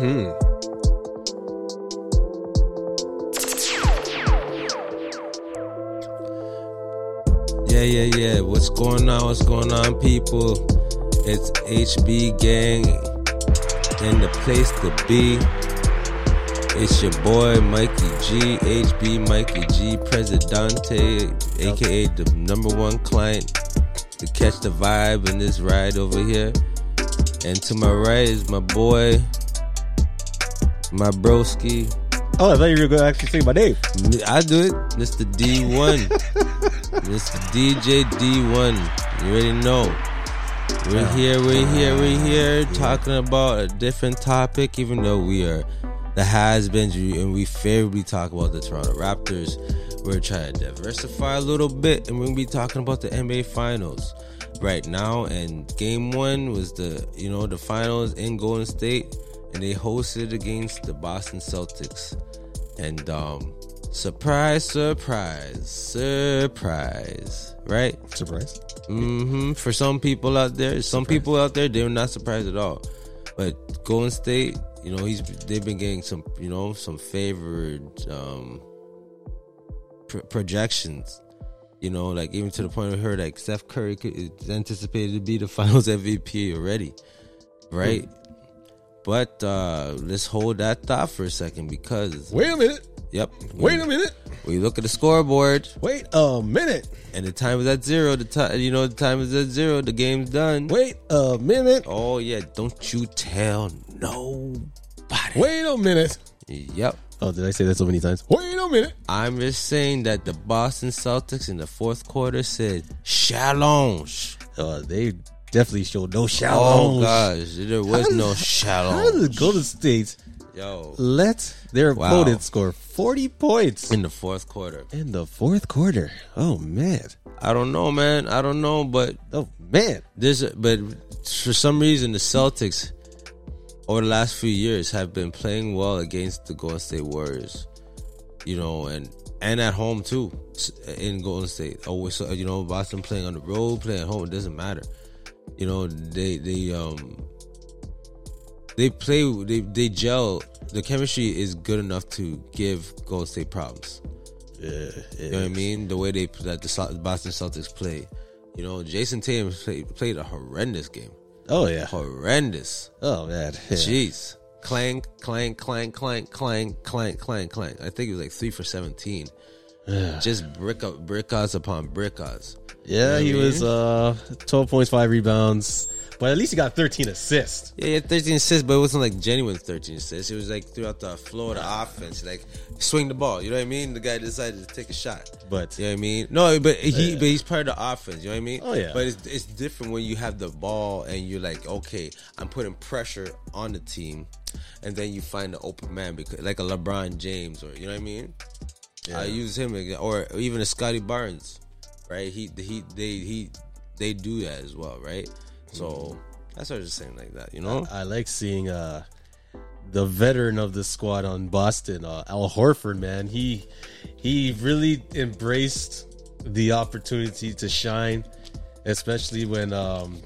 Mm-hmm. Yeah, yeah, yeah. What's going on? What's going on, people? It's HB Gang in the place to be. It's your boy Mikey G, HB Mikey G, Presidente, aka the number one client to catch the vibe in this ride over here. And to my right is my boy, my broski. Oh, I thought you were going to actually say my name. I do it, Mr. D1. Mr. DJ D1. You already know. We're here, we're here, we're here, talking about a different topic, even though we are the has beens and we favorably talk about the Toronto Raptors. We're trying to diversify a little bit, and we're gonna be talking about the NBA Finals right now. And Game One was the you know the finals in Golden State, and they hosted against the Boston Celtics. And um, surprise, surprise, surprise, right? Surprise. hmm For some people out there, some people out there, they're not surprised at all. But Golden State, you know, he's they've been getting some, you know, some favored um, pr- projections. You know, like even to the point of her, like Steph Curry could, is anticipated to be the Finals MVP already, right? Hmm. But uh let's hold that thought for a second because, Wait a minute. yep, Wait a minute. we look at the scoreboard Wait a minute. and the time is at zero. The time, you know, the time is at zero. The game's done. Wait a minute. Oh yeah, don't you tell nobody. Wait a minute. Yep, Oh, did I say that so many times? Wait a minute. I'm just saying that the Boston Celtics in the fourth quarter said challenge. Oh, they definitely showed no shallows. Oh gosh, there was does- no How challenge. did the Golden State Yo, let their Wow. opponent score 40 points in the fourth quarter, in the fourth quarter? Oh, man. I don't know, man. I don't know, but Oh, man. There's, but for some reason, the Celtics over the last few years have been playing well against the Golden State Warriors. You know, and and at home too s- in Golden State. Always, so, you know, Boston playing on the road, playing at home. It doesn't matter. You know, they they um they play they they gel. The chemistry is good enough to give Golden State problems. You know what I mean? The way they that the Cel- Boston Celtics play. You know, Jason Tatum play, played a horrendous game. Oh, yeah. Horrendous. Oh, man. Yeah. Jeez. Clank, clank, clank, clank, clank, clank, clank, clank. I think it was like three for seventeen. Just brick up brickas upon brickas. Yeah, he Yeah. was uh, 12 points, five rebounds, but at least he got 13 assists. Yeah, yeah, thirteen assists, but it wasn't like genuine thirteen assists. It was like throughout the flow of the offense, like swing the ball. You know what I mean? The guy decided to take a shot. But You know what I mean? No, but he but he's part of the offense. You know what I mean? Oh, yeah. But it's it's different when you have the ball and you're like, okay, I'm putting pressure on the team, and then you find the open man because like a LeBron James or you know what I mean? I use him again, or even a Scotty Barnes, right? He he they he they do that as well, right? Mm-hmm. So that's what I was just saying like that, you know? I like seeing uh, the veteran of the squad on Boston, uh, Al Horford. Man, he he really embraced the opportunity to shine, especially when um,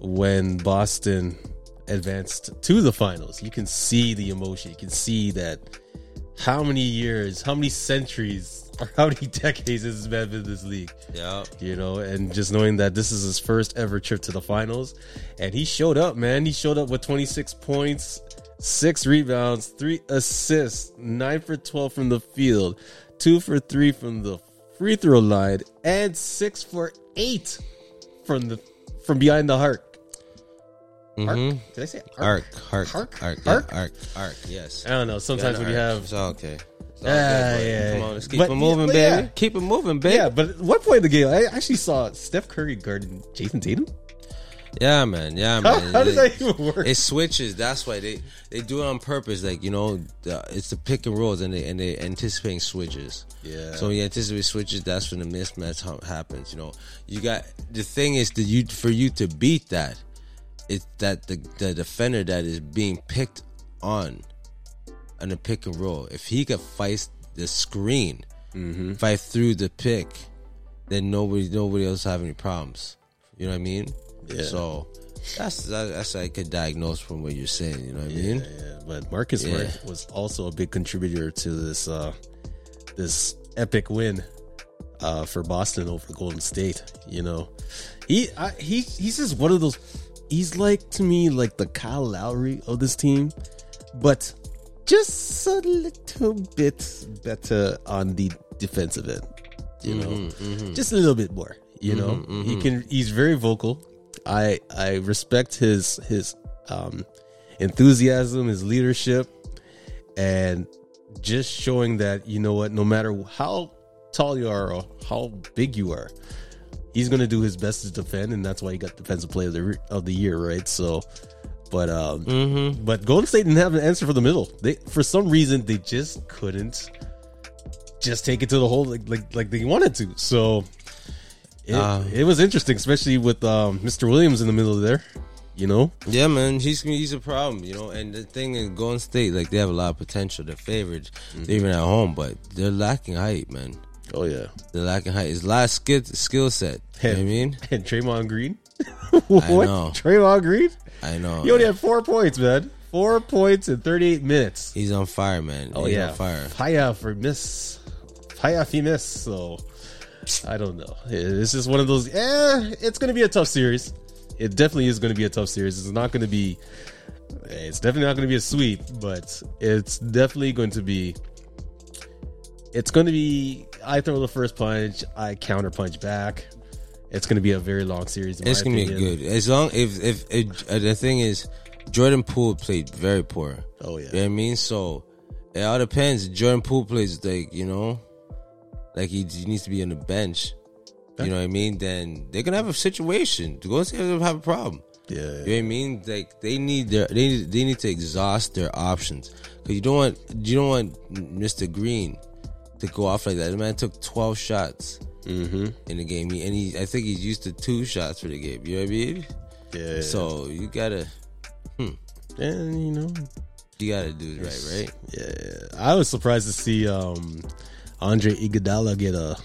when Boston advanced to the finals. You can see the emotion. You can see that how many years, how many centuries, or how many decades has this man been in this league yeah. you know, and just knowing that this is his first ever trip to the finals. And he showed up, man. He showed up with 26 points, six rebounds, three assists, nine for 12 from the field, two for three from the free throw line, and six for eight from the from behind the arc. Arc? Did I say arc? Arc, arc, Arc? arc, arc, yeah, Arc? arc, arc, yes. I don't know. Sometimes when you have it's all okay. It's all Ah, good, buddy. yeah, Come yeah. on, let's keep But- it moving, but baby. yeah. Keep it moving, baby. yeah, Yeah. but at one point in the game, I actually saw Steph Curry guarding Jason Tatum. man. Yeah, How, man. how does It- that even work? It switches. That's why they they do it on purpose. Like you know, the, it's the pick and rolls, and they and they anticipating switches. Yeah. So when you anticipate switches, that's when the mismatch hum- happens. You know, you got the thing is that you for you to beat that, it's that the the defender that is being picked on, on the pick and roll. If he could fight the screen, Mm-hmm. fight through the pick, then nobody nobody else have any problems. You know what I mean? Yeah. So that's that's I could diagnose from what you're saying. You know what I Yeah, mean? yeah. But Marcus Yeah. Smart was also a big contributor to this uh this epic win uh for Boston over Golden State, you know. He I, he he's just one of those he's like to me like the Kyle Lowry of this team, but just a little bit better on the defensive end, you know. Just a little bit more, you know. He can he's very vocal. I I respect his his um enthusiasm, his leadership, and just showing that you know what, no matter how tall you are or how big you are, he's going to do his best to defend, and that's why he got defensive player of the, of the year, right? So, but um, but Golden State didn't have an answer for the middle. They for some reason they just couldn't just take it to the hole like like, like they wanted to. So. It, Um, it was interesting, especially with um, Mr. Williams in the middle of there, you know. Yeah, man, he's he's a problem, you know. And the thing is, Golden State, like they have a lot of potential. They're favored, Mm-hmm. even at home, but they're lacking height, man. Oh yeah, They're lacking height. It's a lot of skill skill set. You know what I mean, And Draymond Green? what? know. Oh, Draymond Green? I know. He only had four points, man. Four points in 38 minutes. He's on fire, man. Oh, he's yeah. on fire. Paya for miss. Paya if he missed, so I don't know. It's just one of those, eh, it's going to be a tough series. It definitely is going to be a tough series. It's not going to be, eh, it's definitely not going to be a sweep, but it's definitely going to be, it's going to be, I throw the first punch, I counter punch back. It's going to be a very long series. in It's my gonna be opinion. good as long if if, if uh, the thing is, Jordan Poole played very poor. Oh, yeah. You know what I mean? So it all depends. Jordan Poole plays like, you know, like he, he needs to be on the bench. You know what I mean? Then they're gonna have a situation. The Golden State will have a problem. Yeah. You know what I mean? Like they need their they need, they need to exhaust their options because you don't want you don't want Mr. Green to go off like that. The man took twelve shots Mm-hmm. in the game, he, and he I think he's used to two shots for the game. You know what I mean? Yeah. So you gotta and you know, you gotta do it right, right? yeah, I was surprised to see um Andre Iguodala get a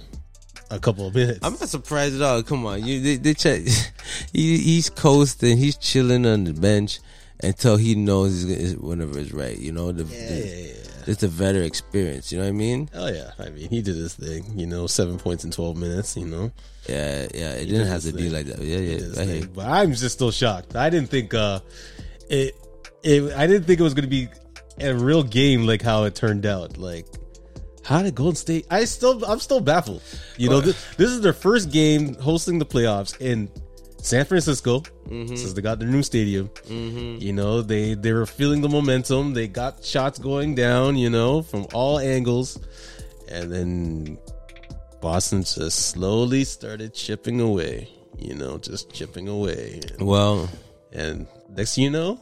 a couple of minutes. I'm not surprised at all. Come on, you they, they check. he, he's coasting, he's chilling on the bench until he knows he's, he's- whenever it's right. You know, the, the, yeah. it's a better experience. You know what I mean? Oh yeah, I mean he did his thing, you know, seven points in twelve minutes, you know. Yeah, yeah. It didn't have to his be thing. like that. Yeah, Did his yeah. I hear. thing. But I'm just still shocked. I didn't think uh it it I didn't think it was gonna be a real game like how it turned out. Like how did Golden State I still I'm still baffled. You know, this, this is their first game hosting the playoffs in San Francisco Mm-hmm. since they got their new stadium. You know, they they were feeling the momentum. They got shots going down, you know, from all angles. And then Boston just slowly started chipping away, you know, just chipping away. Well, And next thing you know,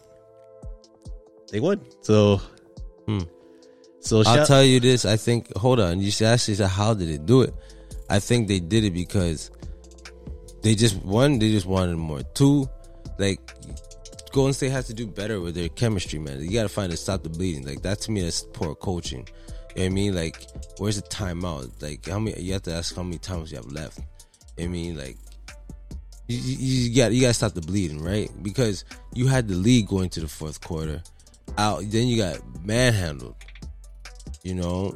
they won. So, so Hmm. I'll shout- tell you this. I think. Hold on. You should actually say how did they do it? I think they did it because they just one. They just wanted more. Two, like Golden State has to do better with their chemistry, man. You got to find a stop the bleeding. Like that to me, that's poor coaching. You know what I mean? Like, where's the timeout? Like, how many? You have to ask how many times you have left. You know what I mean, like, you, you, you got you got to stop the bleeding, right? Because you had the lead going to the fourth quarter, out. Then you got manhandled you know,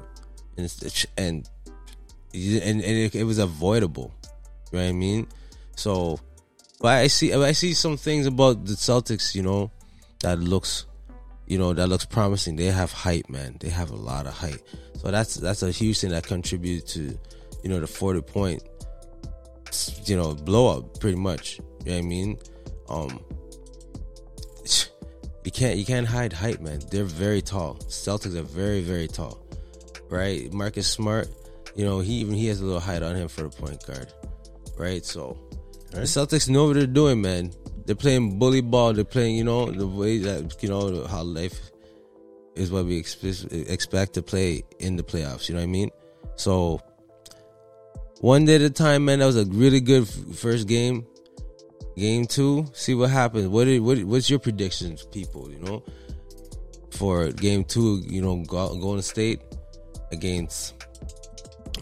and it's- and and, and it, it was avoidable. You know what I mean? So, but I see I see some things about the Celtics, you know, that looks, you know, that looks promising. They have height, man. They have a lot of height. So that's that's a huge thing that contributed to, you know, the forty point, you know, blow up pretty much. You know what I mean? Um, you can't you can't hide height, man. They're very tall. Celtics are very very tall, right? Marcus Smart, you know he even he has a little height on him for the point guard, right? So the Celtics know what they're doing, man. They're playing bully ball. They're playing, you know, the way that you know how life is what we expe- expect to play in the playoffs. You know what I mean? So one day at a time, man. That was a really good f- first game game two. See what happens. What, are, what what's your predictions, people? You know, for game two, you know, Go- Golden State against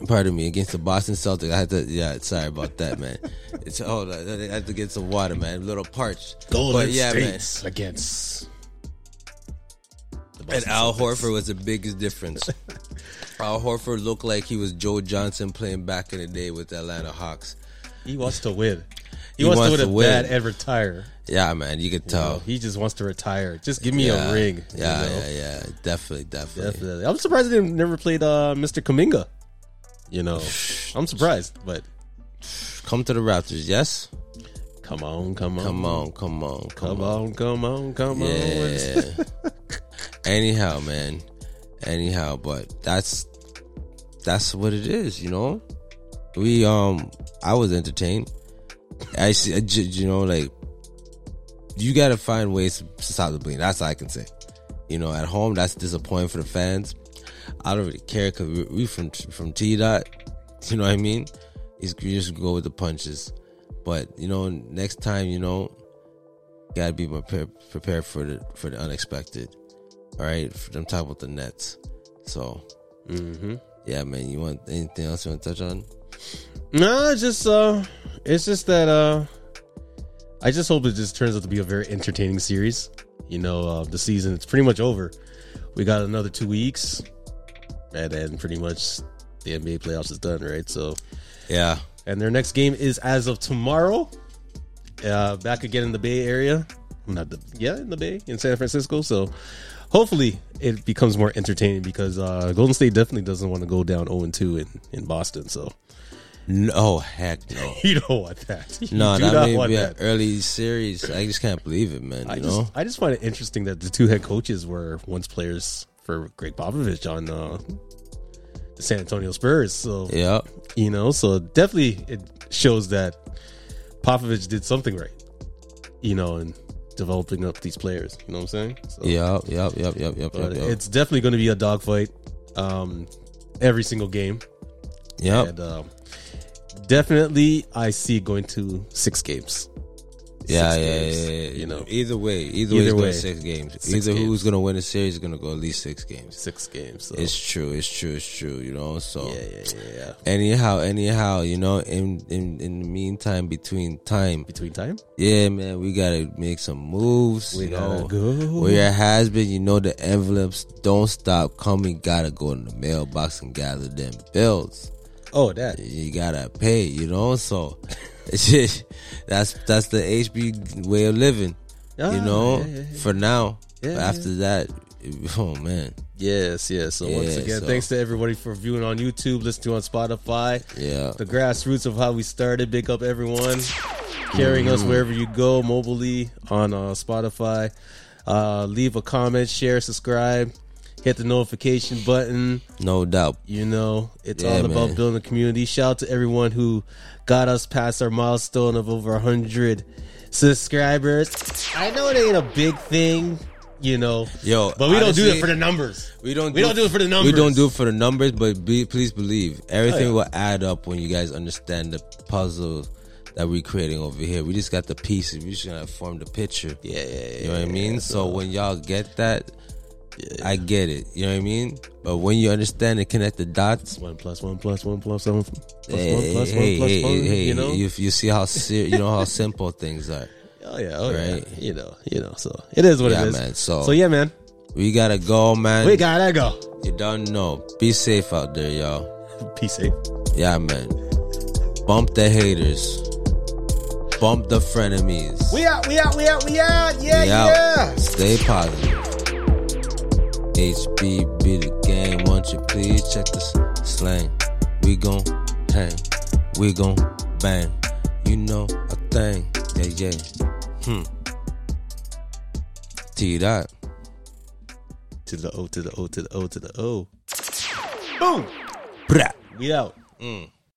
Pardon me, against the Boston Celtics. I had to, yeah, sorry about that, man. It's hold on, I had to get some water, man. A little parched. Golden But yeah, man. States against. the And Boston Al Celtics. Horford was the biggest difference. Al Horford looked like he was Joe Johnson playing back in the day with the Atlanta Hawks. He wants to win. He He, wants, wants to to win a bad win. and retire. Yeah, man, you could tell. He just wants to retire. Just give me Oh. yeah, a ring. you Yeah, know? yeah, yeah. Definitely, definitely. Definitely. I'm surprised they never played uh, Mr. Kaminga. You know, I'm surprised, but Come to the Raptors, yes? come on, come on, Come on, come on, come, Mm-hmm. come on. on, come on, come on. Yeah. Anyhow, man. Anyhow, but that's that's what it is, you know. We um, I was entertained. I see, I ju- you know, like you got to find ways to stop the bleeding. That's all I can say. You know, at home, that's disappointing for the fans. I don't really care because we, we from from T dot. You know what I mean? It's you just go with the punches. But you know, next time, you know, gotta be prepared prepared for the for the unexpected. All right, For- I'm talking about the Nets. So Mm-hmm. yeah, man. You want anything else you want to touch on? No, it's just uh, it's just that uh, I just hope it just turns out to be a very entertaining series. You know, uh, the season it's pretty much over. We got another two weeks, and then pretty much the NBA playoffs is done, right? So, Yeah, and their next game is as of tomorrow. Uh, back again in the Bay Area, not the yeah in the Bay in San Francisco. So, hopefully it becomes more entertaining because uh, Golden State definitely doesn't want to go down zero two in in Boston. So. no oh, heck no. You don't want that. You No, do that not may want be that. an early series. I just can't believe it, man. You I know, just, I just find it interesting that the two head coaches were once players for Greg Popovich on uh, the San Antonio Spurs. So yeah, you know, so definitely it shows that Popovich did something right. You know, in developing up these players. You know what I'm saying? So, yeah, yep, yep, yep, yep, yep, but yep, it's definitely going to be a dogfight. Um, every single game, yep. and um, definitely I see it going to six games. Yeah, yeah, six yeah, games, yeah, yeah. you know. either way, either, Either way, it's going six way. games. Six either games. who's gonna win the series is gonna go at least six games. Six games. So. It's true, it's true, it's true. You know, so yeah, yeah, yeah, yeah. anyhow, anyhow, you know, in in in the meantime, between time, Between time, yeah, man, we gotta make some moves. you gotta know, go. where it has been, you know, the envelopes don't stop coming. Gotta go in the mailbox and gather them bills. Oh, that. You gotta pay, you know. So it's just, that's that's the HB way of living, Ah, you know. yeah, yeah, yeah. For now, Yeah, but yeah. after that, it- oh man, Yes, yes. So once Yeah, again, so- thanks to everybody for viewing on YouTube, listening on Spotify. yeah, The grassroots of how we started. Big up everyone, carrying Mm-hmm. us wherever you go, mobily on uh, Spotify. Uh, leave a comment, share, subscribe, hit the notification button. no doubt. You know, it's Yeah, all about man. building a community. Shout out to everyone who got us past our milestone of over 100 subscribers. I know it ain't a big thing, you know, Yo, but we don't do honestly- it for the numbers. We don't. We don't do it for the numbers. Oh, We don't do it for the numbers, but be, please believe everything yeah. will add up when you guys understand the puzzle that we're creating over here. We just got the pieces. We just gonna form the picture. Yeah, yeah, yeah. You know what I mean? So when y'all get that, I get it. You know what I mean? But when you understand and connect the dots, One plus one plus one plus seven plus hey, one plus hey, one plus hey, one. hey, you know, you, you see how ser- you know how simple things are. oh yeah, oh Right. yeah. You know, you know. So it is what Yeah, it is. man. So, So yeah, man. we gotta go, man. We gotta go. you don't know. Be safe out there, y'all. Peace safe. Yeah, man. Bump the haters. Bump the frenemies. We out. We out. We out. We out. Yeah, We out. yeah. Stay positive. HB be the game. Won't you please check the s- slang? We gon' hang. We gon' bang. You know a thing. Yeah, yeah. Hmm. T dot. To the O. To the O. To the O. To the O. Boom. Brah. We out. Mm.